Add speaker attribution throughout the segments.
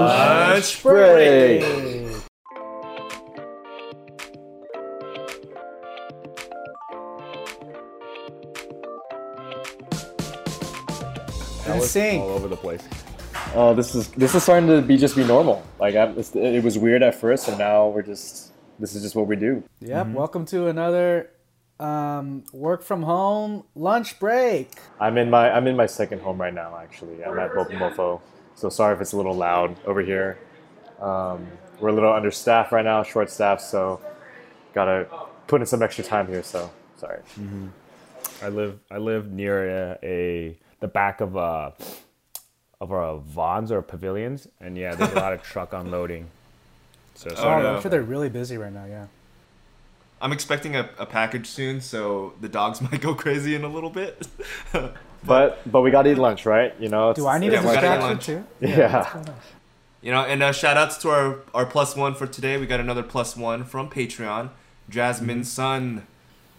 Speaker 1: lunch break.
Speaker 2: That was
Speaker 1: sync.
Speaker 2: all over the place.
Speaker 3: Oh, this is this is starting to be just be normal. Like I'm, it's, it was weird at first, and now we're just this is just what we do.
Speaker 1: Yep. Welcome to another um, work from home lunch break.
Speaker 3: I'm in my I'm in my second home right now. Actually, I'm at Bopomofo, so sorry if it's a little loud over here. Um, we're a little understaffed right now, short staffed, so gotta put in some extra time here. So sorry.
Speaker 2: Mm-hmm. I live I live near a, a the back of a of a vons or pavilions, and yeah, there's a lot of truck unloading. So
Speaker 1: Oh,
Speaker 2: sorry.
Speaker 1: I'm
Speaker 4: no.
Speaker 1: sure they're really busy right now. Yeah.
Speaker 4: I'm expecting a, a package soon, so the dogs might go crazy in a little bit.
Speaker 3: But but we gotta eat lunch, right? You know.
Speaker 1: Do I need
Speaker 4: Yeah,
Speaker 1: a
Speaker 4: we gotta get
Speaker 1: distraction too?
Speaker 4: lunch.
Speaker 3: Yeah.
Speaker 4: you know, and uh, shout outs to our, our plus one for today. We got another plus one from Patreon, Jasmine Sun.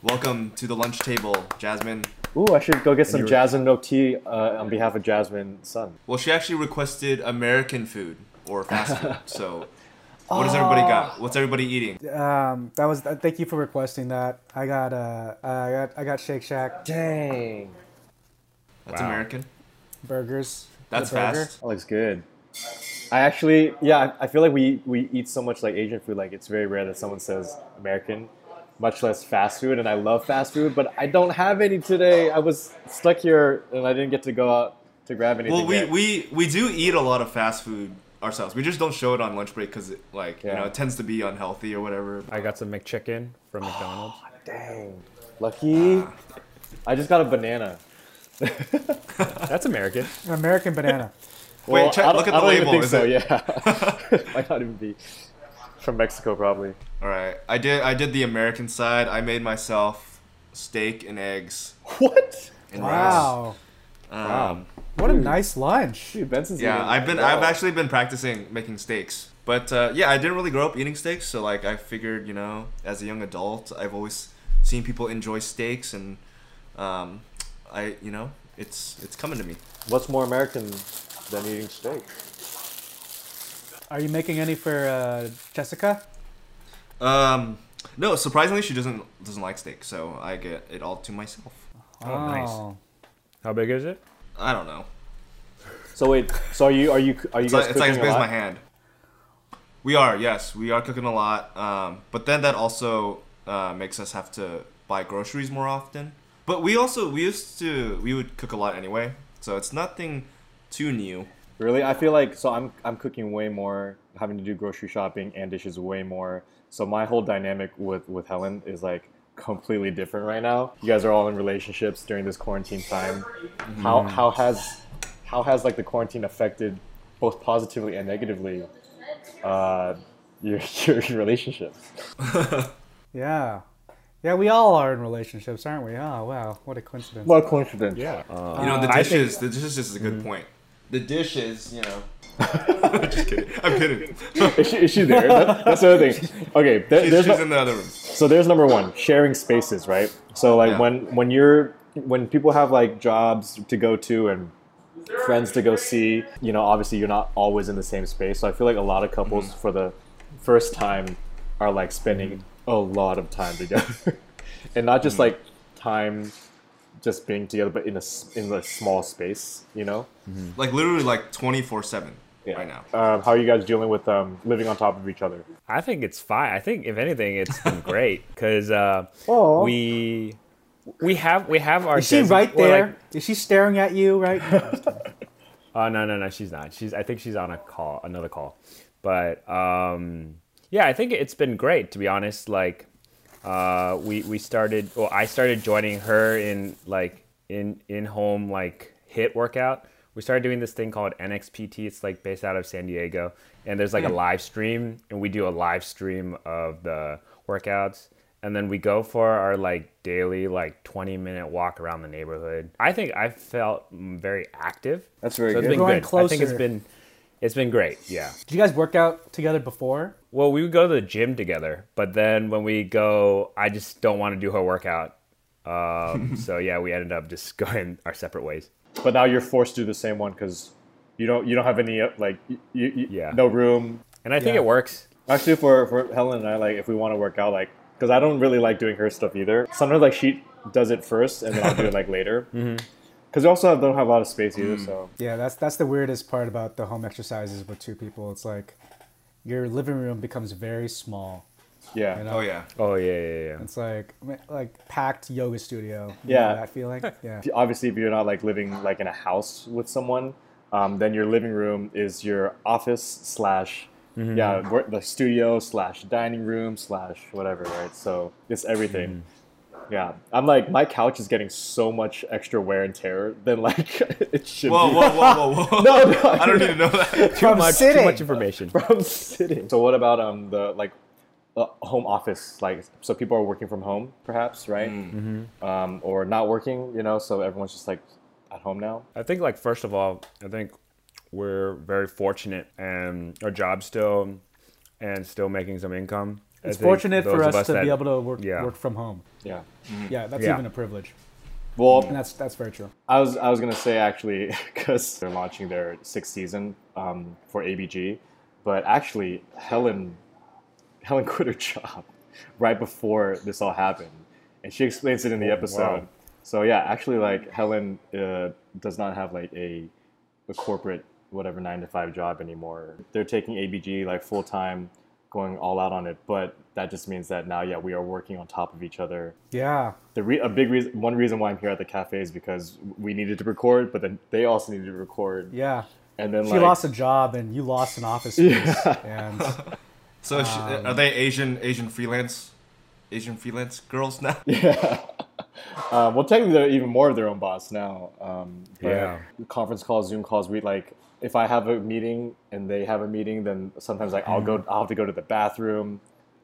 Speaker 4: Welcome to the lunch table, Jasmine.
Speaker 3: Ooh, I should go get some
Speaker 2: you were-
Speaker 3: jasmine milk tea uh, on behalf of Jasmine Sun.
Speaker 4: Well, she actually requested American food or fast food. So, what does everybody got? What's everybody eating?
Speaker 1: Um, that was. Uh, thank you for requesting that. I got. Uh, I got. I got Shake Shack
Speaker 3: Dang,
Speaker 4: That's
Speaker 2: Wow.
Speaker 4: American.
Speaker 1: burgers.
Speaker 4: That's
Speaker 1: The burger.
Speaker 4: fast.
Speaker 3: that looks good. I actually, yeah, I I feel like we we eat so much like Asian food. Like it's very rare that someone says American, much less fast food. And I love fast food, but I don't have any today. I was stuck here and I didn't get to go out to grab anything.
Speaker 4: Well, we,
Speaker 3: yet.
Speaker 4: we we do eat a lot of fast food ourselves. We just don't show it on lunch break because it like you
Speaker 3: Yeah.
Speaker 4: know it tends to be unhealthy or whatever.
Speaker 2: I got some McChicken from McDonald's.
Speaker 3: Ah,
Speaker 2: Ah.
Speaker 3: dang lucky. I just got a banana.
Speaker 2: That's American.
Speaker 1: American banana.
Speaker 4: Wait,
Speaker 3: Well,
Speaker 4: check,
Speaker 3: I don't-
Speaker 4: look at
Speaker 3: I
Speaker 4: the
Speaker 3: don't
Speaker 4: label.
Speaker 3: Even think
Speaker 4: Is
Speaker 3: so
Speaker 4: it-
Speaker 3: yeah, might not even be from Mexico probably.
Speaker 4: All right, I did I did the American side. I made myself steak and eggs
Speaker 3: What?
Speaker 4: and rice.
Speaker 1: Wow.
Speaker 4: Um,
Speaker 1: What a nice lunch.
Speaker 3: Dude, Benson's
Speaker 4: Yeah,
Speaker 3: eating
Speaker 4: I've been
Speaker 3: well.
Speaker 4: I've actually been practicing making steaks. But uh, yeah, I didn't really grow up eating steaks, so like I figured, you know, as a young adult, I've always seen people enjoy steaks, and um, I, you know, it's it's coming to me.
Speaker 3: What's more American than eating steak?
Speaker 1: Are you making any for uh, Jessica?
Speaker 4: Um, no, surprisingly, she doesn't doesn't like steak, so I get it all to myself.
Speaker 1: Oh,
Speaker 2: nice. How big is it?
Speaker 4: I don't know.
Speaker 3: So wait, so are you are you are you guys
Speaker 4: It's like, it's
Speaker 3: cooking
Speaker 4: like as
Speaker 3: a
Speaker 4: big as
Speaker 3: lot?
Speaker 4: my hand. We are, yes, we are cooking a lot. Um, but then that also uh, makes us have to buy groceries more often. But we also we used to we would cook a lot anyway, so it's nothing too new.
Speaker 3: Really, I feel like so I'm I'm cooking way more, having to do grocery shopping and dishes way more. So my whole dynamic with with Helen is like completely different right now. You guys are all in relationships during this quarantine time. How how has how has like the quarantine affected both positively and negatively uh, your your relationships?
Speaker 1: Yeah. Yeah, we all are in relationships, aren't we? Oh, wow. What a coincidence.
Speaker 3: What coincidence?
Speaker 2: Yeah.
Speaker 4: You
Speaker 3: Uh,
Speaker 4: know, the
Speaker 2: I think-
Speaker 4: dishes. The dishes is a
Speaker 3: Mm-hmm.
Speaker 4: good point. The dishes, you know. Just kidding. I'm kidding.
Speaker 3: Is she, is she there? That- that's the other thing. Okay, there-
Speaker 4: She's,
Speaker 3: there's
Speaker 4: she's
Speaker 3: no,
Speaker 4: in the other room.
Speaker 3: so there's number one sharing spaces right so like
Speaker 4: Yeah.
Speaker 3: when when you're when people have like jobs to go to and friends to go see you know obviously you're not always in the same space so i feel like a lot of couples for the first time are like spending a lot of time together and not just like time just being together but in a s- in a small space you know
Speaker 4: Like literally, like twenty four seven
Speaker 3: Yeah.
Speaker 4: right now.
Speaker 3: um, how are you guys dealing with um, living on top of each other
Speaker 2: I think it's fine. I think if anything, it's been great because uh,
Speaker 1: Aw.
Speaker 2: we we have we have our.
Speaker 1: Is she
Speaker 2: design-
Speaker 1: right
Speaker 2: we're like-
Speaker 1: there? Is she staring at you right
Speaker 2: Oh no no no, she's not. She's I think she's on a call, another call. But um, yeah, I think it's been great to be honest. Like uh, we we started. Well, I started joining her in like in in home like hit workout. We started doing this thing called NXPT. It's like based out of San Diego, and there's like a live stream, and we do a live stream of the workouts and then we go for our like daily like 20 minute walk around the neighborhood i think i felt mm, very active
Speaker 3: That's very
Speaker 2: so it's
Speaker 3: good.
Speaker 2: been
Speaker 1: Growing
Speaker 2: good i think it's
Speaker 1: closer.
Speaker 2: been it's been great yeah
Speaker 1: Did you guys work out together before?
Speaker 2: well we would go to the gym together but then when we go i just don't want to do her workout um, so yeah we ended up just going our separate ways
Speaker 3: but now you're forced to do the same one because You don't you don't have any uh, like you, you,
Speaker 2: Yeah.
Speaker 3: no room.
Speaker 2: And I think
Speaker 1: Yeah.
Speaker 2: it works.
Speaker 3: Actually, for for Helen and I, like if we want to work out, like because I don't really like doing her stuff either. Sometimes like she does it first, and then I'll do it like later.
Speaker 2: Mm-hmm.
Speaker 3: Because we also don't have a lot of space either,
Speaker 2: Mm.
Speaker 3: so
Speaker 1: Yeah, that's that's the weirdest part about the home exercises with two people. It's like your living room becomes very small.
Speaker 3: yeah.
Speaker 1: You know?
Speaker 4: Oh yeah.
Speaker 2: Oh yeah, yeah, yeah.
Speaker 1: It's like like packed yoga studio. You
Speaker 3: Yeah.
Speaker 1: know that feeling. Yeah.
Speaker 3: If- obviously if you're not like living like in a house with someone um, then your living room is your office slash yeah work, the studio slash dining room slash whatever right so it's everything yeah i'm like my couch is getting so much extra wear and tear than like it should
Speaker 4: Whoa,
Speaker 3: be
Speaker 4: whoa, whoa, whoa, whoa.
Speaker 3: No, no,
Speaker 4: I don't need to know that.
Speaker 2: Too
Speaker 1: From
Speaker 2: much,
Speaker 1: sitting.
Speaker 2: too much information.
Speaker 3: from sitting so what about um the like uh, home office like so people are working from home perhaps right um, or not working you know so everyone's just like at home now
Speaker 2: I think like first of all, I think we're very fortunate and our job still and still making some income. I
Speaker 1: It's
Speaker 2: think
Speaker 1: fortunate for
Speaker 2: those of
Speaker 1: us, to
Speaker 2: that-
Speaker 1: be able to work
Speaker 2: yeah.
Speaker 1: work from home.
Speaker 3: yeah
Speaker 1: Yeah, that's
Speaker 2: Yeah.
Speaker 1: even a privilege,
Speaker 3: well
Speaker 1: and that's that's very true.
Speaker 3: I was I was gonna say actually because they're launching their sixth season um, for ABG, but actually Helen Helen quit her job right before this all happened, and she explains it in the episode.
Speaker 2: wow.
Speaker 3: So yeah, actually like Helen uh, does not have like a a corporate whatever nine to five job anymore. They're taking ABG like full time, going all out on it. But that just means that now yeah we are working on top of each other
Speaker 1: Yeah.
Speaker 3: the re- a big reason one reason why I'm here at the cafe is because we needed to record, but then they also needed to record,
Speaker 1: Yeah.
Speaker 3: and then
Speaker 1: She
Speaker 3: like
Speaker 1: lost a job, and you lost an office space. And
Speaker 4: So is she- are
Speaker 3: Um,
Speaker 4: they Asian Asian freelance Asian freelance girls now?
Speaker 3: uh, well, technically they're even more of their own boss now. Um, but
Speaker 2: Yeah.
Speaker 3: conference calls, Zoom calls, we like if I have a meeting and they have a meeting, then sometimes like I'll go, I'll have to go to the bathroom,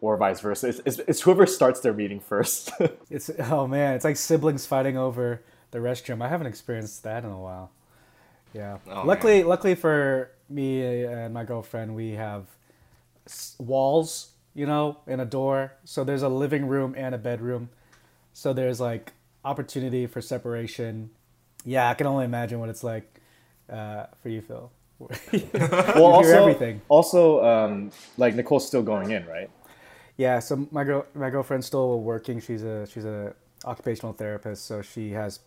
Speaker 3: or vice versa. It's, it's, it's whoever starts their meeting first.
Speaker 1: it's oh man, it's like siblings fighting over the restroom. I haven't experienced that in a while. Yeah.
Speaker 4: Oh,
Speaker 1: luckily, luckily for me and my girlfriend, we have s- walls, you know, and a door. So there's a living room and a bedroom. So there's like opportunity for separation. Yeah, I can only imagine what it's like uh, for you, Phil.
Speaker 3: well, also
Speaker 1: everything.
Speaker 3: also um, like Nicole's still going in, right?
Speaker 1: Yeah, so my girl, my girlfriend's still working. She's a she's a occupational therapist, so she has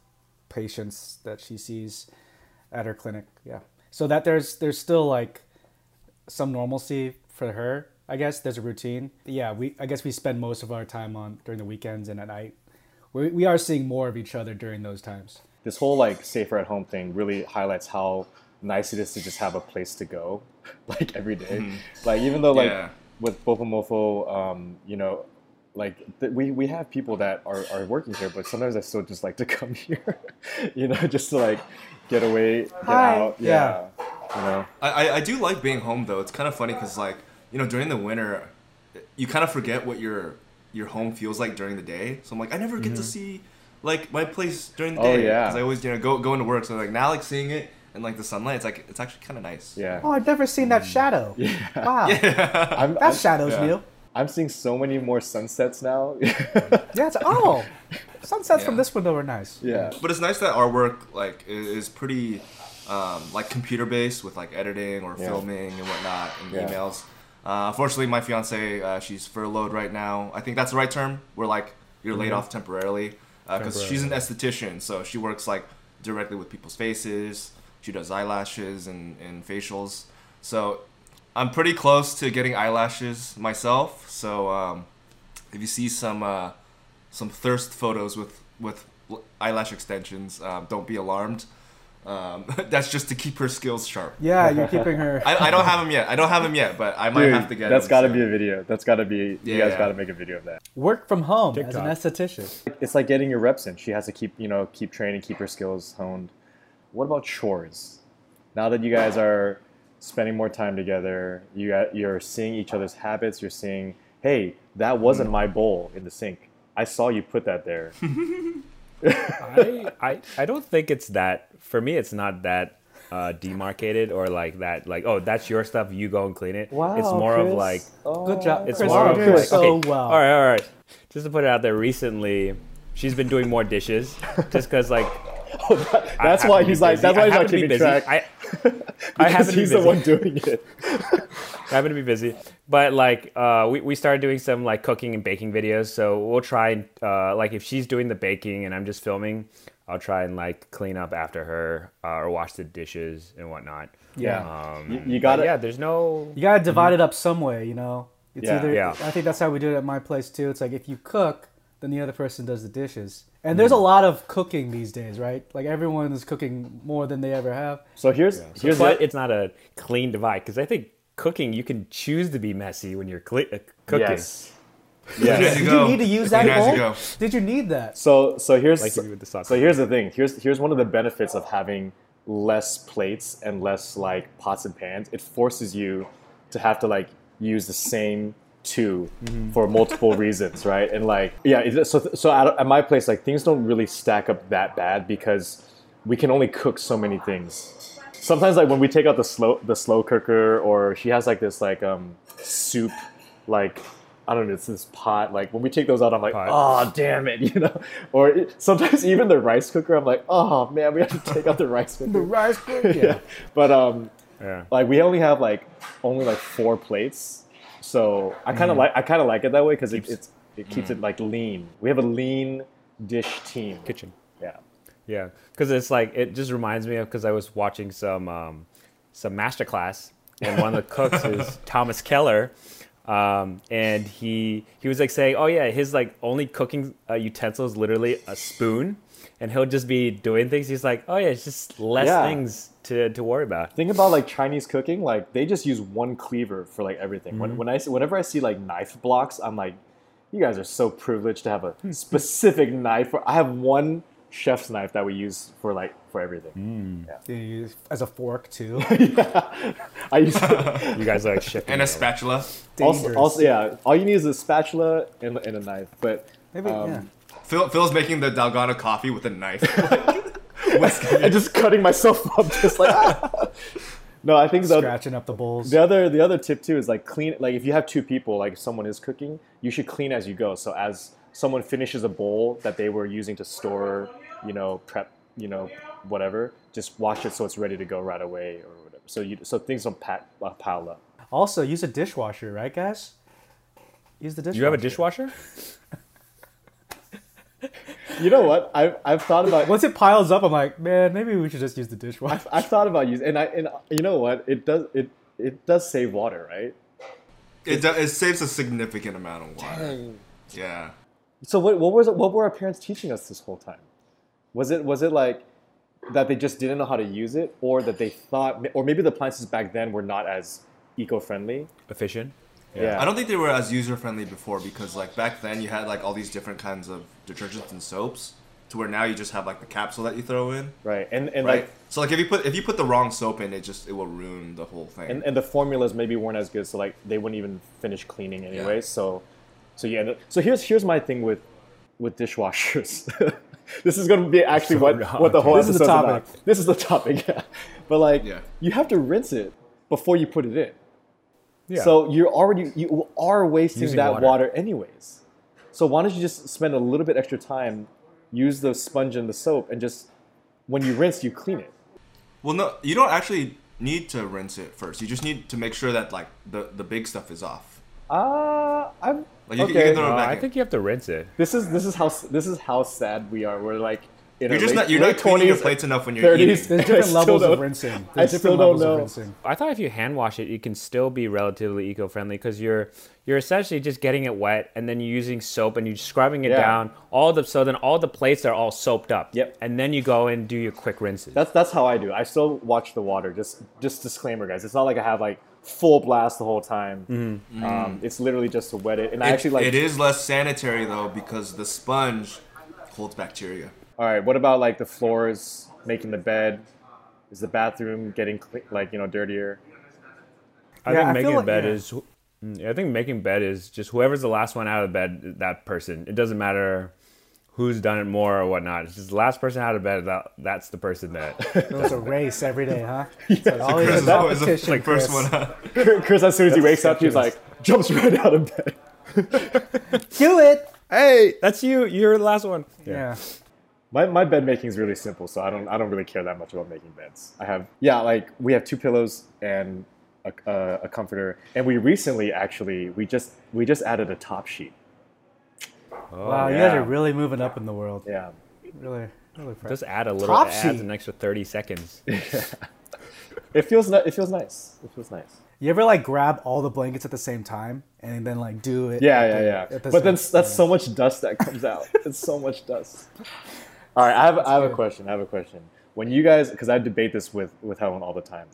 Speaker 1: patients that she sees at her clinic. Yeah, so that there's there's still like some normalcy for her. I guess there's a routine. Yeah, we I guess we spend most of our time on during the weekends and at night. We we are seeing more of each other during those times.
Speaker 3: this whole like safer at home thing really highlights how nice it is to just have a place to go like every day. like even though like
Speaker 4: Mm-hmm. Yeah.
Speaker 3: with Bopomofo, um you know like th- we, we have people that are, are working here but sometimes i still just like to come here you know just to like get away get
Speaker 1: Hi.
Speaker 3: out
Speaker 1: Yeah.
Speaker 3: you know
Speaker 4: I, I I do like being home though. It's kind of funny because like you know during the winter, you kind of forget what your your home feels like during the day. So I'm like I never get to see like my place during the
Speaker 3: Mm-hmm. Oh,
Speaker 4: day
Speaker 3: yeah.
Speaker 4: I always you know go go into work. So like now like seeing it and like the sunlight, it's like it's actually kind of nice.
Speaker 3: yeah
Speaker 1: Oh, I've never seen that shadow. Wow,
Speaker 3: I'm,
Speaker 1: that
Speaker 3: I'm,
Speaker 1: shadow's
Speaker 4: Hmm. yeah.
Speaker 1: new.
Speaker 3: I'm seeing so many more sunsets now
Speaker 1: Yeah, it's oh, sunsets from
Speaker 4: Yeah.
Speaker 1: this window are nice.
Speaker 3: yeah
Speaker 4: But it's nice that our work like i- is pretty um, like computer based with like editing or
Speaker 3: Yeah.
Speaker 4: filming and whatnot and
Speaker 3: Yeah.
Speaker 4: emails. Uh, fortunately, my fiance uh, she's furloughed right now. I think that's the right term. We're like you're laid
Speaker 3: Mm-hmm.
Speaker 4: off temporarily uh, because she's an esthetician, so she works like directly with people's faces. She does eyelashes and, and facials. So I'm pretty close to getting eyelashes myself. So um, if you see some uh, some thirst photos with with l- eyelash extensions, um, don't be alarmed. Um, that's just to keep her skills sharp.
Speaker 1: Yeah, you're keeping her.
Speaker 4: I, I don't have them yet. I don't have them yet, but I might
Speaker 3: Dude,
Speaker 4: have to get.
Speaker 3: that's got
Speaker 4: them
Speaker 3: to
Speaker 4: soon.
Speaker 3: be a video that's got to be you guys
Speaker 4: Yeah.
Speaker 3: got to make a video of that
Speaker 1: Work from home as an
Speaker 2: TikTok.
Speaker 1: esthetician.
Speaker 3: it's like getting your reps in. She has to keep, you know, keep training, keep her skills honed. What about chores? Now that you guys are spending more time together, you got, you're seeing each other's habits. You're seeing, hey, that
Speaker 2: Hmm.
Speaker 3: wasn't my bowl in the sink. I saw you put that there.
Speaker 2: I, I I don't think it's that for me it's not that uh, demarcated or like that like oh that's your stuff you go and clean it
Speaker 1: Wow,
Speaker 2: it's more of
Speaker 1: Chris.
Speaker 2: like
Speaker 3: Oh,
Speaker 1: Good job.
Speaker 2: it's
Speaker 1: Chris,
Speaker 2: more
Speaker 1: you're
Speaker 2: of
Speaker 1: doing
Speaker 2: like
Speaker 1: so
Speaker 2: okay,
Speaker 1: well.
Speaker 2: all right all right just to put it out there recently she's been doing more dishes just because like
Speaker 3: that- that's
Speaker 2: I
Speaker 3: why
Speaker 2: happen to
Speaker 3: he's
Speaker 2: be
Speaker 3: like.
Speaker 2: busy.
Speaker 3: That's
Speaker 2: I
Speaker 3: why he's
Speaker 2: happen
Speaker 3: like
Speaker 2: to be
Speaker 3: keeping
Speaker 2: busy.
Speaker 3: track.
Speaker 2: I, I
Speaker 3: because
Speaker 2: happen to be
Speaker 3: he's the
Speaker 2: busy.
Speaker 3: one doing it.
Speaker 2: I happen to be busy, but like uh, we we started doing some like cooking and baking videos. So we'll try and uh, like if she's doing the baking and I'm just filming, I'll try and like clean up after her uh, or wash the dishes and whatnot.
Speaker 1: Yeah.
Speaker 2: um,
Speaker 3: You- you
Speaker 2: but
Speaker 3: gotta-
Speaker 2: Yeah, there's no.
Speaker 1: You gotta divide it up some way, you know. It's
Speaker 3: Yeah.
Speaker 1: either
Speaker 2: Yeah.
Speaker 1: I think that's how we do it at my place too. It's like if you cook, then the other person does the dishes. And there's a
Speaker 2: Mm.
Speaker 1: lot of cooking these days, right? Like everyone is cooking more than they ever have.
Speaker 3: So here's here's
Speaker 2: But
Speaker 3: the,
Speaker 2: it's not a clean divide because I think cooking you can choose to be messy when you're cle- uh, cooking.
Speaker 3: yes.
Speaker 4: Clean as
Speaker 3: Yes.
Speaker 1: Did
Speaker 4: go.
Speaker 1: you need to use
Speaker 4: Clean
Speaker 1: that
Speaker 4: as you
Speaker 1: bowl?
Speaker 4: go.
Speaker 1: Did you need that?
Speaker 3: So so here's
Speaker 2: Like you do with the soccer.
Speaker 3: so here's the thing. Here's here's one of the benefits of having less plates and less like pots and pans. It forces you to have to like use the same 2 for multiple reasons, right? And like yeah, it- so so at, at my place like things don't really stack up that bad because we can only cook so many things. Sometimes like when we take out the slow the slow cooker or she has like this like um soup like I don't know, it's this pot. Like when we take those out, I'm like,
Speaker 2: Pot.
Speaker 3: oh damn it, you know. Or it, sometimes even the rice cooker, I'm like, oh man, we have to take out the rice cooker.
Speaker 1: The rice cooker.
Speaker 3: yeah, but um,
Speaker 2: Yeah.
Speaker 3: like we only have like only like four plates, so I
Speaker 2: Mm-hmm.
Speaker 3: kind of like I kind of like it that way because it, it's it keeps it like lean. We have a lean dish team.
Speaker 2: Kitchen.
Speaker 3: Yeah.
Speaker 2: Yeah, because it's like it just reminds me of because I was watching some um, some masterclass, and one of the cooks is Thomas Keller, um, and he he was like saying, oh yeah, his like only cooking uh, utensil is literally a spoon, and he'll just be doing things. He's like, oh yeah, it's just less
Speaker 3: Yeah.
Speaker 2: things to to worry about.
Speaker 3: Think about like Chinese cooking, like they just use one cleaver for like everything. When, when I see- whenever I see like knife blocks, I'm like, you guys are so privileged to have a specific knife. For, I have one chef's knife that we use for like for everything.
Speaker 1: You use as a fork too.
Speaker 3: I use
Speaker 2: You guys are like shifting.
Speaker 4: And a
Speaker 2: it over.
Speaker 4: spatula.
Speaker 3: also,
Speaker 1: Dangerous.
Speaker 3: also yeah. All you need is a spatula and, and a knife. But
Speaker 1: Maybe,
Speaker 3: um,
Speaker 1: yeah.
Speaker 4: Phil, Phil's making the Dalgona coffee with a knife. Whisking
Speaker 3: I'm
Speaker 4: it.
Speaker 3: just cutting myself up, just like. ah. No, I think the,
Speaker 1: Scratching up the bowls.
Speaker 3: the other the other tip too is like clean like if you have two people like if someone is cooking you should clean as you go so as someone finishes a bowl that they were using to store you know prep you know whatever just wash it so it's ready to go right away or whatever so you so things don't pat, uh, pile up
Speaker 1: Also, use a dishwasher, right, guys? Use the dishwasher.
Speaker 2: Do you have a dishwasher?
Speaker 3: you know what I've, I've thought about
Speaker 1: Once it piles up, I'm like, man, maybe we should just use the dishwasher.
Speaker 3: I've thought about using and I and you know what it does it it does save water right
Speaker 4: It, do- it saves a significant amount of water. Yeah.
Speaker 3: So what, what was what were our parents teaching us this whole time? Was it was it like that they just didn't know how to use it, or that they thought, or maybe the appliances back then were not as eco-friendly?
Speaker 2: Efficient.
Speaker 3: Yeah,
Speaker 4: I don't think they were as user friendly before because like back then you had like all these different kinds of detergents and soaps to where now you just have like the capsule that you throw in,
Speaker 3: right. And and
Speaker 4: right?
Speaker 3: like
Speaker 4: so like if you put if you put the wrong soap in, it just it will ruin the whole thing.
Speaker 3: and, and the formulas maybe weren't as good, so like they wouldn't even finish cleaning anyway. So, so yeah. th- So here's here's my thing with with dishwashers. this is going to be actually what what the whole
Speaker 1: This is the
Speaker 3: episode's about.
Speaker 1: topic.
Speaker 3: This is the topic. Yeah. But like,
Speaker 4: Yeah.
Speaker 3: you have to rinse it before you put it in.
Speaker 2: Yeah.
Speaker 3: So you're already you are wasting
Speaker 2: Using
Speaker 3: that water.
Speaker 2: water.
Speaker 3: anyways. So why don't you just spend a little bit extra time, use the sponge and the soap, and just when you rinse, you clean it.
Speaker 4: well, no, you don't actually need to rinse it first. You just need to make sure that like the the big stuff is off.
Speaker 3: Ah, I'm
Speaker 4: Like you,
Speaker 3: okay.
Speaker 4: can, you can throw
Speaker 2: Uh,
Speaker 4: it back.
Speaker 2: I
Speaker 4: in.
Speaker 2: think you have to rinse it.
Speaker 3: This is this is how this is how sad we are. We're like in
Speaker 4: you're
Speaker 3: our
Speaker 4: just
Speaker 3: late,
Speaker 4: not you're
Speaker 3: late
Speaker 4: not cleaning your
Speaker 3: 20s,
Speaker 4: plates enough when you're
Speaker 3: 30s.
Speaker 4: eating.
Speaker 1: There's
Speaker 3: I
Speaker 1: different
Speaker 3: still
Speaker 1: levels of
Speaker 3: don't-
Speaker 1: rinsing.
Speaker 3: I
Speaker 1: There's
Speaker 3: still
Speaker 1: different
Speaker 3: don't
Speaker 1: levels
Speaker 3: know.
Speaker 1: of rinsing.
Speaker 2: I thought if you hand wash it, you can still be relatively eco-friendly because you're you're essentially just getting it wet and then you're using soap and you're scrubbing it
Speaker 3: Yeah.
Speaker 2: down. All the so then all the plates are all soaped up.
Speaker 3: Yep.
Speaker 2: And then you go and do your quick rinses.
Speaker 3: That's that's how I do. I still watch the water. Just just disclaimer, guys. It's not like I have like full blast the whole time. Um, it's literally just to wet it. And I
Speaker 4: Mm. It-
Speaker 3: actually like.
Speaker 4: it is less sanitary though because the sponge holds bacteria.
Speaker 3: All right. What about like the floors, making the bed? Is the bathroom getting cle- like you know dirtier?
Speaker 2: I
Speaker 1: Yeah,
Speaker 2: think
Speaker 1: I feel
Speaker 2: making
Speaker 1: like-
Speaker 2: bed
Speaker 1: yeah.
Speaker 2: is. mm, I think making bed is just whoever's the last one out of bed, that person. It doesn't matter who's done it more or whatnot. It's just the last person out of bed. That that's the person that.
Speaker 1: It was a race every day, huh? It's like always
Speaker 4: Chris
Speaker 1: a
Speaker 4: is always the
Speaker 1: competition,
Speaker 4: like, first
Speaker 1: Chris.
Speaker 4: one up.
Speaker 3: Chris, as soon as he wakes up, he's like
Speaker 2: ridiculous.
Speaker 3: jumps right out of bed.
Speaker 1: Do it.
Speaker 2: hey, that's you. You're the last one.
Speaker 1: Yeah.
Speaker 3: My, my bed making is really simple, so I don't I don't really care that much about making beds. I have yeah, like we have two pillows and a, a, a comforter, and we recently actually we just we just added a top sheet.
Speaker 2: Oh,
Speaker 1: wow, you
Speaker 3: yeah.
Speaker 1: guys are really moving up in the world.
Speaker 3: Yeah,
Speaker 1: Really, really proud.
Speaker 2: Just add a little,
Speaker 1: Top
Speaker 2: adds
Speaker 1: sheet.
Speaker 2: an extra thirty seconds.
Speaker 3: it feels ni- it feels nice. It feels nice.
Speaker 1: You ever like grab all the blankets at the same time and then like do it?
Speaker 3: Yeah,
Speaker 1: at
Speaker 3: yeah,
Speaker 1: the-
Speaker 3: yeah.
Speaker 1: at the
Speaker 3: but then
Speaker 1: same-
Speaker 3: s- that's so much dust that comes out. it's so much dust. All right, I have, I have a question. I have a question. When you guys, because I debate this with with Helen all the time,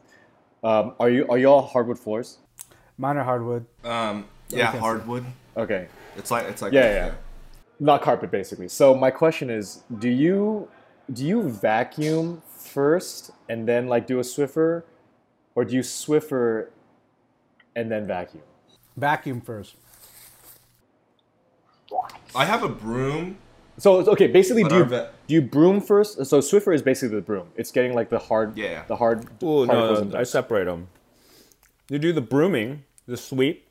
Speaker 3: um, are you are you all hardwood floors?
Speaker 1: mine are hardwood.
Speaker 4: Um, yeah,
Speaker 1: Okay.
Speaker 4: hardwood.
Speaker 3: Okay,
Speaker 4: It's like it's like
Speaker 3: Yeah, yeah. not carpet basically. So my question is, do you do you vacuum first and then like do a Swiffer, or do you Swiffer and then vacuum?
Speaker 1: Vacuum first.
Speaker 4: I have a broom.
Speaker 3: So it's- okay, basically,
Speaker 4: But
Speaker 3: do you,
Speaker 4: our vet-
Speaker 3: do you broom first? So Swiffer is basically the broom. It's getting like the hard,
Speaker 4: Yeah, yeah.
Speaker 3: the hard.
Speaker 2: Ooh,
Speaker 3: particles
Speaker 2: no,
Speaker 3: and
Speaker 2: no, I
Speaker 3: dust.
Speaker 2: separate them. You do the brooming, the sweep,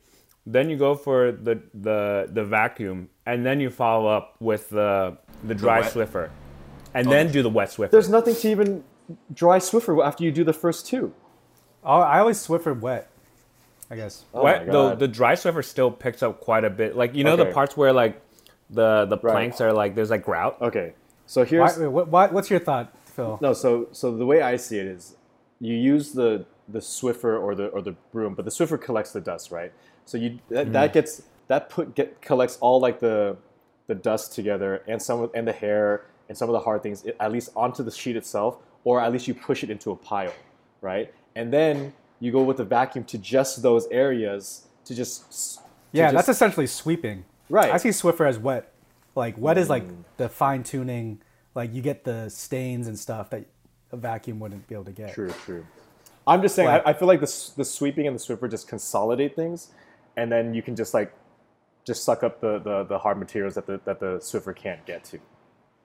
Speaker 2: then you go for the the, the vacuum, and then you follow up with the the dry
Speaker 4: wet?
Speaker 2: Swiffer, and then do the wet Swiffer.
Speaker 3: There's nothing to even dry Swiffer after you do the first two.
Speaker 1: Oh, I always Swiffer wet. I guess.
Speaker 3: Oh
Speaker 2: wet,
Speaker 3: my
Speaker 2: though
Speaker 3: God.
Speaker 2: the dry Swiffer still picks up quite a bit. Like you know
Speaker 3: Okay.
Speaker 2: the parts where like the the planks are like there's like grout.
Speaker 3: okay, so
Speaker 1: Why,
Speaker 3: here's
Speaker 1: wait, what, why, what's your thought, Phil?
Speaker 3: no. So so the way I see it is, you use the the Swiffer or the or the broom, but the Swiffer collects the dust, right? So you that,
Speaker 1: Mm-hmm.
Speaker 3: that gets that put get collects all like the the dust together and some of- and the hair and some of the hard things at least onto the sheet itself, or at least you push it into a pile, right? And then you go with the vacuum to just those areas to just s- to
Speaker 1: yeah,
Speaker 3: just-
Speaker 1: that's essentially sweeping.
Speaker 3: Right. Mm.
Speaker 1: I see Swiffer as wet. Like wet is like the fine tuning. Like you get the stains and stuff that a vacuum wouldn't be able to get.
Speaker 3: True, true. I'm just saying,
Speaker 1: Right.
Speaker 3: I, I feel like the, s- the sweeping and the Swiffer just consolidate things, and then you can just like just suck up the, the, the hard materials that the, that the Swiffer can't get to,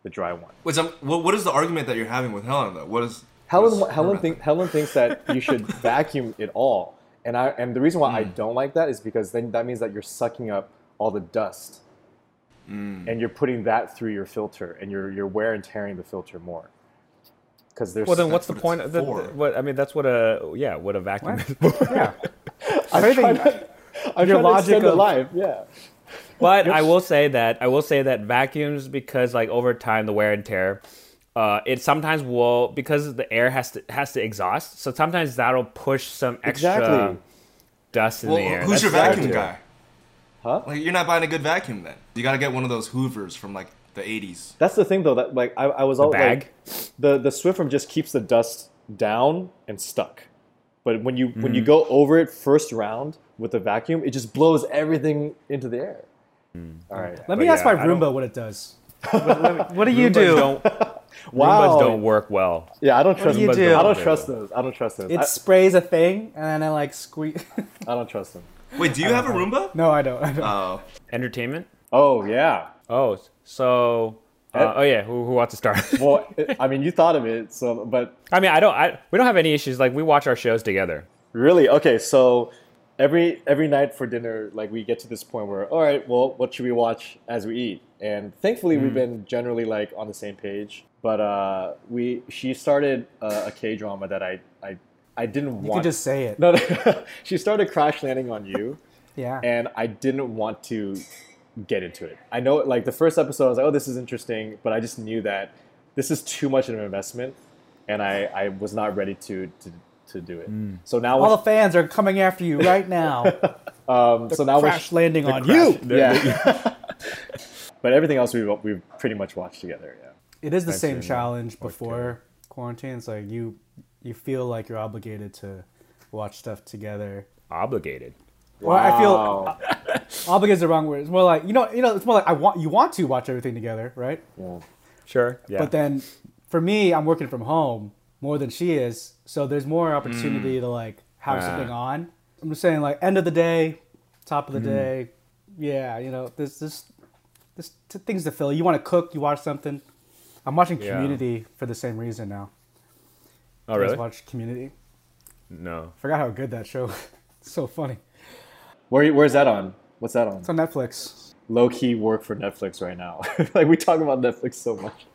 Speaker 3: the dry one.
Speaker 4: Wait, so, what, what is the argument that you're having with Helen though? What is
Speaker 3: Helen,
Speaker 4: what is her
Speaker 3: Helen,
Speaker 4: method?
Speaker 3: think, Helen thinks that you should vacuum it all, and I and the reason why I
Speaker 2: Mm.
Speaker 3: don't like that is because then that means that you're sucking up all the dust,
Speaker 2: Mm.
Speaker 3: and you're putting that through your filter, and you're you're wear and tearing the filter more. Because there's
Speaker 2: Well, then what's
Speaker 4: That's
Speaker 2: the
Speaker 4: what
Speaker 2: point?
Speaker 4: it's
Speaker 2: Of the,
Speaker 4: for.
Speaker 2: what I mean, that's what a yeah, what a vacuum is.
Speaker 1: Yeah.
Speaker 3: I'm
Speaker 1: If anything,
Speaker 3: trying to, I'm
Speaker 1: your
Speaker 3: trying to extend
Speaker 1: logic
Speaker 3: the
Speaker 1: of-
Speaker 3: life, yeah.
Speaker 2: But I will say that I will say that vacuums because like over time the wear and tear, uh, it sometimes will because the air has to has to exhaust. So sometimes that'll push some extra
Speaker 3: Exactly.
Speaker 2: dust in
Speaker 4: Well,
Speaker 2: the air.
Speaker 4: who's your
Speaker 2: That's what I
Speaker 4: vacuum
Speaker 2: do.
Speaker 4: guy?
Speaker 3: Huh?
Speaker 4: Like, you're not buying a good vacuum then. You gotta get one of those Hoovers from like the 80s.
Speaker 3: That's the thing though. That like I, I was all
Speaker 2: bag?
Speaker 3: like the the Swiffer just keeps the dust down and stuck. But when you when you
Speaker 2: Mm.
Speaker 3: go over it first round with the vacuum, it just blows everything into the air. Mm. All right.
Speaker 1: Let me
Speaker 2: But
Speaker 1: ask
Speaker 2: yeah,
Speaker 1: my
Speaker 2: I don't-
Speaker 1: Roomba what it does. What, what- what do you do?
Speaker 2: Roombas don't,
Speaker 3: Wow.
Speaker 2: Roombas don't work well.
Speaker 3: Yeah, I don't trust.
Speaker 1: do you
Speaker 3: those.
Speaker 1: do?
Speaker 3: I don't trust those. I don't trust those.
Speaker 1: It sprays a thing and then I like squeak.
Speaker 3: I, I don't trust them.
Speaker 4: Wait, do you have a Roomba?
Speaker 1: no, I don't. I
Speaker 3: Uh,
Speaker 1: don't.
Speaker 4: Oh,
Speaker 2: Entertainment.
Speaker 3: Oh yeah.
Speaker 2: Oh, so
Speaker 3: Eh?
Speaker 2: uh, oh yeah, who, who wants to start?
Speaker 3: Well, it, I mean, you thought of it, so but
Speaker 2: I mean, I don't. I, we don't have any issues. Like we watch our shows together.
Speaker 3: Really? Okay, so every every night for dinner, like we get to this point where, all right, well, what should we watch as we eat? And thankfully,
Speaker 1: Mm.
Speaker 3: we've been generally like on the same page. But uh, we she started uh, a K drama that I I I didn't
Speaker 1: You can
Speaker 3: want.
Speaker 1: just say it.
Speaker 3: no, no. she started Crash Landing on You,
Speaker 1: Yeah.
Speaker 3: and I didn't want to get into it. I know, like the first episode, I was like, oh, this is interesting, but I just knew that this is too much of an investment, and I I was not ready to to. To do it, so now when
Speaker 1: Mm. All the fans are coming after you right now.
Speaker 3: so now we're
Speaker 1: Crash landing on you.
Speaker 3: yeah. but everything else we've we've pretty much watched together. Yeah.
Speaker 1: It is the same challenge before quarantine. It's like you you feel like you're obligated to watch stuff together.
Speaker 2: Obligated.
Speaker 1: Well, I feel obligated is the wrong word. It's more like you know, you know, it's more like I want you want to watch everything together, right?
Speaker 2: Sure. Yeah.
Speaker 1: But then for me, I'm working from home more than she is, so there's more
Speaker 2: Mm.
Speaker 1: opportunity to like have something on. I'm just saying, like end of the day, top of
Speaker 2: Mm-hmm.
Speaker 1: the day, yeah, you know, there's this there's t- things to fill. You want to cook, you watch something. I'm watching
Speaker 2: Yeah.
Speaker 1: Community for the same reason now.
Speaker 2: oh
Speaker 1: I
Speaker 2: really?
Speaker 1: just watched Community.
Speaker 2: No.
Speaker 1: Forgot how good that show. was. so funny.
Speaker 3: Where where's that on? What's that on?
Speaker 1: It's on Netflix.
Speaker 3: low key work for Netflix right now. like we talk about Netflix so much.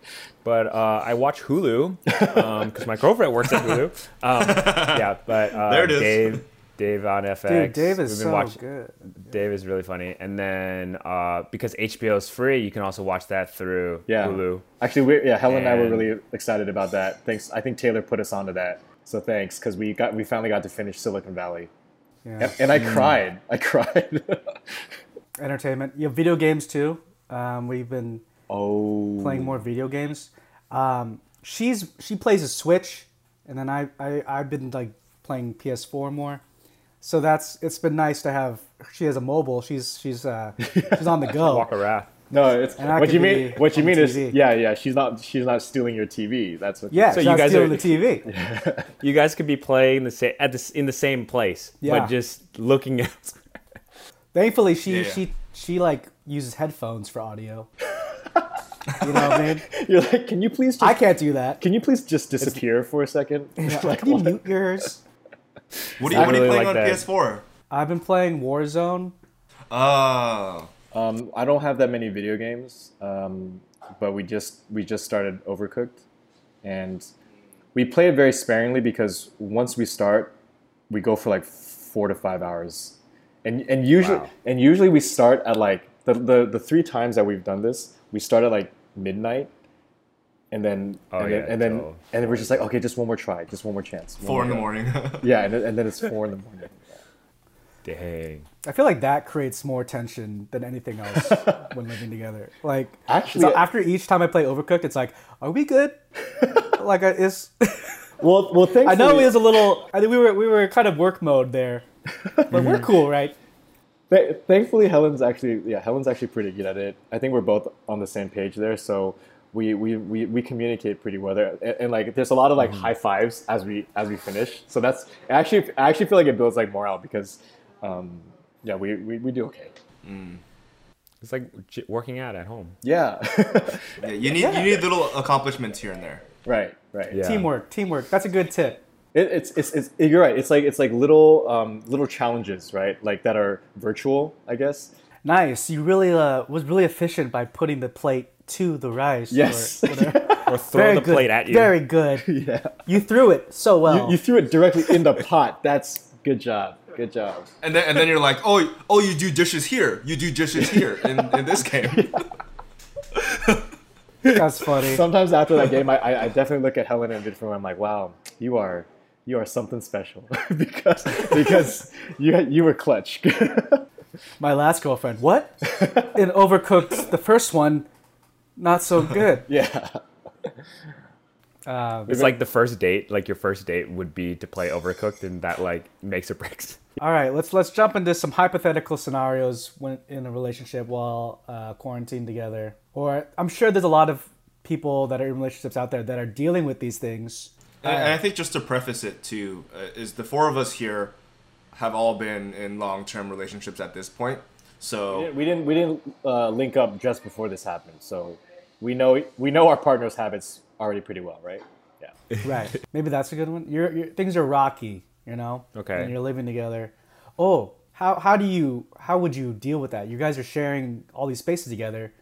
Speaker 2: but uh, I watch Hulu because my girlfriend works at Hulu. Um, yeah, but uh,
Speaker 4: There it is.
Speaker 2: Dave, Dave on FX.
Speaker 1: Dude, Dave is
Speaker 2: We've
Speaker 1: so
Speaker 2: been watching-
Speaker 1: good.
Speaker 2: Dave is really funny, and then uh, because HBO is free, you can also watch that through
Speaker 3: Yeah.
Speaker 2: Hulu.
Speaker 3: Actually, we, yeah, Helen and, I were
Speaker 2: And-
Speaker 3: really excited about that. Thanks. I think Taylor put us onto that. So thanks, because we got we finally got to finish Silicon Valley,
Speaker 1: Yeah.
Speaker 3: and, and I cried. I cried.
Speaker 1: Entertainment. Yeah, video games too. Um, we've been
Speaker 3: oh,
Speaker 1: playing more video games. Um, she's she plays a Switch, and then I, I I've been like playing PS4 more. So that's it's been nice to have. She has a mobile. She's she's uh, she's on the go.
Speaker 2: Walk around.
Speaker 3: no! It's
Speaker 1: And I
Speaker 3: what
Speaker 1: could
Speaker 3: you mean.
Speaker 1: be
Speaker 3: What you
Speaker 1: on
Speaker 3: mean
Speaker 1: TV.
Speaker 3: is yeah, yeah. She's not. She's not stealing your TV. That's what.
Speaker 1: Yeah,
Speaker 2: So
Speaker 1: she's
Speaker 2: you
Speaker 1: on
Speaker 2: guys
Speaker 1: stealing
Speaker 2: are-
Speaker 1: the TV.
Speaker 2: You guys could be playing the sa- at the, s- in the same place,
Speaker 1: Yeah.
Speaker 2: but just looking at.
Speaker 1: Thankfully, she
Speaker 4: Yeah, yeah.
Speaker 1: she she like uses headphones for audio. you know what I mean?
Speaker 3: You're like, can you please? Just,
Speaker 1: I can't do that.
Speaker 3: Can you please just disappear for a second? like,
Speaker 1: Can you
Speaker 3: what?
Speaker 1: mute yours?
Speaker 4: What are you, what are you
Speaker 2: really
Speaker 4: playing
Speaker 2: like
Speaker 4: on
Speaker 2: that.
Speaker 4: PS4?
Speaker 1: I've been playing Warzone.
Speaker 4: Oh,
Speaker 3: Um, I don't have that many video games, um, but we just we just started Overcooked, and we play it very sparingly because once we start, we go for like four to five hours, and and usually
Speaker 2: Wow.
Speaker 3: and usually we start at like the, the the three times that we've done this, we start at like midnight, and then
Speaker 2: Oh,
Speaker 3: and
Speaker 2: yeah,
Speaker 3: then and then,
Speaker 2: till-
Speaker 3: and then we're just like okay, just one more try, just one more chance. one
Speaker 4: four in the
Speaker 3: go.
Speaker 4: morning.
Speaker 3: Yeah, and, then- and then it's four in the morning.
Speaker 2: Dang.
Speaker 1: I feel like that creates more tension than anything else when living together. Like
Speaker 3: Actually,
Speaker 1: so after each time I play Overcooked, it's like, are we good? like I- it's,
Speaker 3: well, well, thankfully,
Speaker 1: I know it was a little. I think we were we were kind of work mode there, but we're cool, right?
Speaker 3: Th- thankfully helen's actually yeah helen's actually pretty good at it i think we're both on the same page there so we we we, we communicate pretty well there and, and, like there's a lot of like high fives as we as we finish so that's I actually i actually feel like it builds like morale because um yeah we we, we do okay
Speaker 2: It's like j- working out at home.
Speaker 3: yeah
Speaker 4: yeah, you need you need little accomplishments here and there.
Speaker 3: right right
Speaker 2: Yeah.
Speaker 1: Teamwork, teamwork. That's a good tip.
Speaker 3: it, it's, it's it's you're right it's like it's like little um little challenges right like that are virtual i guess
Speaker 1: Nice. You really uh, was really efficient by putting the plate to the rice. or
Speaker 3: yes
Speaker 1: whatever.
Speaker 2: Or throw
Speaker 1: Very
Speaker 2: the
Speaker 1: good.
Speaker 2: plate at you.
Speaker 1: Very good.
Speaker 3: yeah
Speaker 1: You threw it so well.
Speaker 3: you, you threw it directly in the pot that's good job good job
Speaker 4: And then and then you're like, oh oh, you do dishes here, you do dishes here in, in this game.
Speaker 1: That's funny.
Speaker 3: Sometimes after that game, I, I, I definitely look at Helen and Vidfrum. I'm like, wow, you are you are something special because because you you were clutch.
Speaker 1: My last girlfriend. What? In Overcooked, the first one, not so good.
Speaker 3: yeah,
Speaker 1: Um,
Speaker 2: It's like the first date, like your first date would be to play Overcooked, and that like makes or breaks.
Speaker 1: all right, let's let's jump into some hypothetical scenarios when in a relationship while uh, quarantined together. Or I'm sure there's a lot of people that are in relationships out there that are dealing with these things.
Speaker 4: And, and I think just to preface it too, uh, is the four of us here have all been in long term relationships at this point. So
Speaker 3: we didn't we didn't uh, link up just before this happened, so we know we know our partner's habits already pretty well, right? Yeah.
Speaker 1: Right. Maybe that's a good one. Your your things are rocky, you know.
Speaker 2: Okay.
Speaker 1: And you're living together. Oh, how how do you how would you deal with that? You guys are sharing all these spaces together,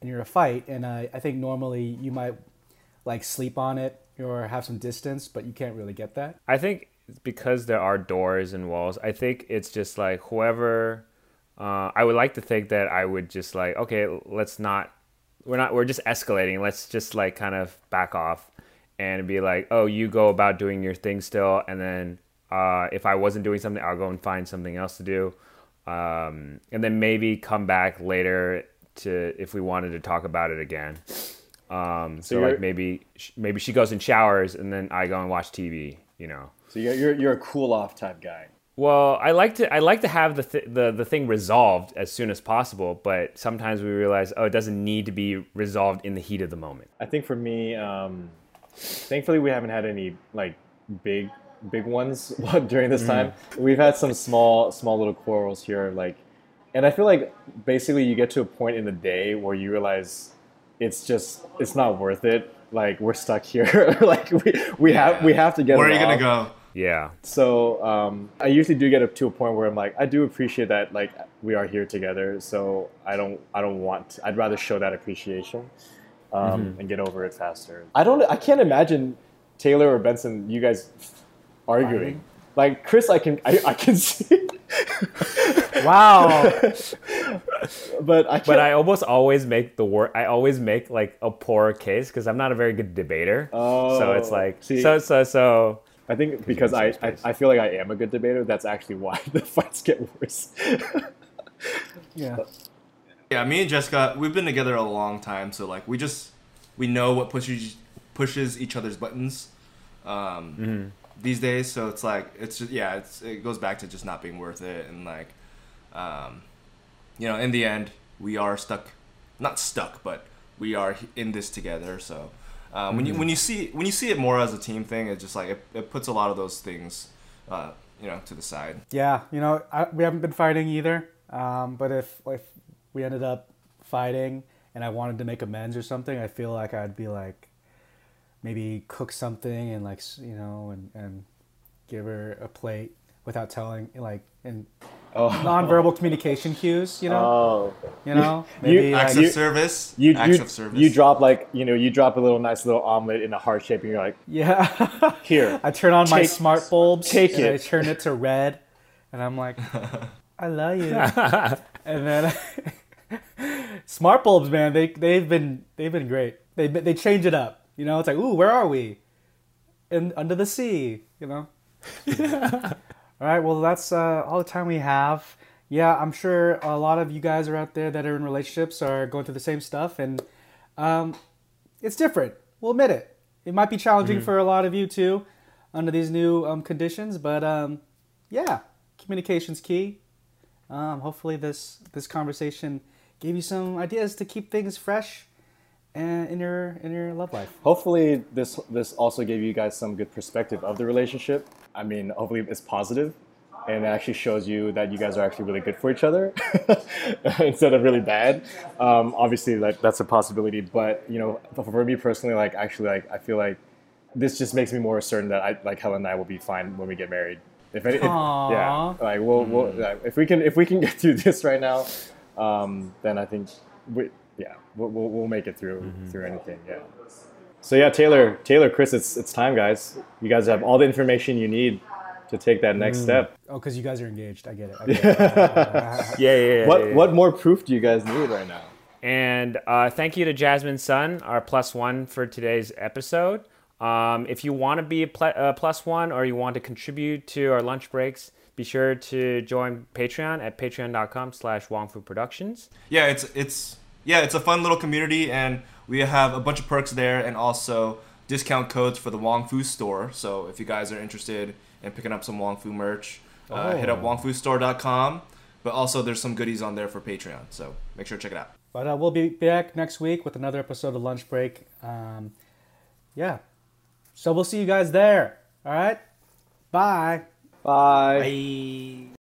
Speaker 1: and you're in a fight. And I I think normally you might like sleep on it or have some distance, but you can't really get that.
Speaker 2: I think because there are doors and walls, I think it's just like whoever. Uh, I would like to think that I would just like okay, let's not. We're not. We're just escalating. Let's just like kind of back off, and be like, oh, you go about doing your thing still, and then uh, if I wasn't doing something, I'll go and find something else to do, um, and then maybe come back later to if we wanted to talk about it again. Um, so
Speaker 3: you're-
Speaker 2: like maybe sh- maybe she goes and showers, and then I go and watch TV. You know.
Speaker 3: So you're you're, you're a cool off type guy.
Speaker 2: Well, I like to I like to have the th- the the thing resolved as soon as possible, but sometimes we realize oh, it doesn't need to be resolved in the heat of the moment.
Speaker 3: I think for me, um, thankfully we haven't had any like big big ones during
Speaker 4: Mm.
Speaker 3: this time. We've had some small small little quarrels here, like, and I feel like basically you get to a point in the day where you realize it's just it's not worth it. Like we're stuck here. like we we have we have to get.
Speaker 4: where are you
Speaker 3: along.
Speaker 4: gonna go?
Speaker 2: Yeah.
Speaker 3: So um, I usually do get up to a point where I'm like, I do appreciate that like we are here together. So I don't I don't want I'd rather show that appreciation um, and get over it faster. I don't I can't imagine Taylor or Benson you guys arguing. Like Chris, I can I, I can see,
Speaker 1: Wow.
Speaker 3: but I can't.
Speaker 2: But I almost always make the work. I always make like a poor case because I'm not a very good debater. so it's
Speaker 3: Oh,
Speaker 2: like
Speaker 3: see.
Speaker 2: so so so.
Speaker 3: I think because
Speaker 2: you're
Speaker 3: I,
Speaker 2: in safe
Speaker 3: I,
Speaker 2: space.
Speaker 3: I feel like I am a good debater, that's actually why the fights get worse.
Speaker 1: yeah.
Speaker 4: Yeah, me and Jessica, we've been together a long time, so like we just we know what pushes pushes each other's buttons um,
Speaker 3: Mm-hmm.
Speaker 4: these days. So it's like it's just, yeah, it's it goes back to just not being worth it, and like um, you know, in the end, we are stuck, not stuck, but we are h- in this together. So um, when you
Speaker 3: Mm-hmm.
Speaker 4: when you see when you see it more as a team thing, it's just like it, it puts a lot of those things uh, you know to the side.
Speaker 1: Yeah, you know, I, we haven't been fighting either. Um, but if if we ended up fighting and I wanted to make amends or something, I feel like I'd be like, maybe cook something and like s- you know and and give her a plate without telling like and nonverbal communication cues. You know,
Speaker 3: oh.
Speaker 1: you know,
Speaker 3: You-
Speaker 1: maybe like,
Speaker 4: Acts
Speaker 3: you-
Speaker 4: of service,
Speaker 3: You,
Speaker 4: acts
Speaker 3: you,
Speaker 4: of service.
Speaker 3: you drop like, you know, you drop a little nice little omelet in a heart shape and you're like,
Speaker 1: yeah.
Speaker 3: here.
Speaker 1: I turn on my
Speaker 3: Take-
Speaker 1: smart bulbs
Speaker 3: take
Speaker 1: and I
Speaker 3: it.
Speaker 1: turn it to red, and I'm like, I love you. and then smart bulbs, man, they they've been they've been great. They they change it up. You know, it's like, ooh, where are we? In under the sea. You know. all right. Well, that's uh, all the time we have. Yeah, I'm sure a lot of you guys are out there that are in relationships are going through the same stuff, and um, it's different. We'll admit it. It might be challenging for a lot of you too, under these new um, conditions. But um, yeah, communication's key. Um, hopefully, this this conversation gave you some ideas to keep things fresh, and in your in your love life.
Speaker 3: Hopefully this this also gave you guys some good perspective of the relationship. I mean, hopefully it's positive and it actually shows you that you guys are actually really good for each other instead of really bad. Um, obviously like that's a possibility, but you know, for- for me personally like actually like I feel like this just makes me more certain that I like Helen and I will be fine when we get married. If any, if, yeah,
Speaker 1: Aw.
Speaker 3: like we'll, we'll like, if we can if we can get through this right now, um, then I think we yeah we'll, we'll, we'll make it through through anything yeah. So yeah, Taylor, Taylor, Chris, it's it's time, guys. You guys have all the information you need to take that next step.
Speaker 1: Oh, because you guys are engaged. I get it. I get it.
Speaker 2: Yeah, yeah, yeah.
Speaker 3: What
Speaker 2: yeah.
Speaker 3: what more proof do you guys need right now?
Speaker 2: And uh, thank you to Jasmine Sun, our plus one for today's episode. Um, if you want to be a pl- uh, plus one or you want to contribute to our lunch breaks, be sure to join Patreon at patreon.com slash Wongfu Productions.
Speaker 4: yeah, it's it's yeah, it's a fun little community, and we have a bunch of perks there, and also discount codes for the Wong Fu store. So if you guys are interested in picking up some Wong Fu merch, uh, hit up wongfustore.com. But also, there's some goodies on there for Patreon, so make sure to check it out.
Speaker 1: but uh, we'll be back next week with another episode of Lunch Break. Um, yeah. So we'll see you guys there. All right. Bye.
Speaker 3: Bye.
Speaker 4: Bye.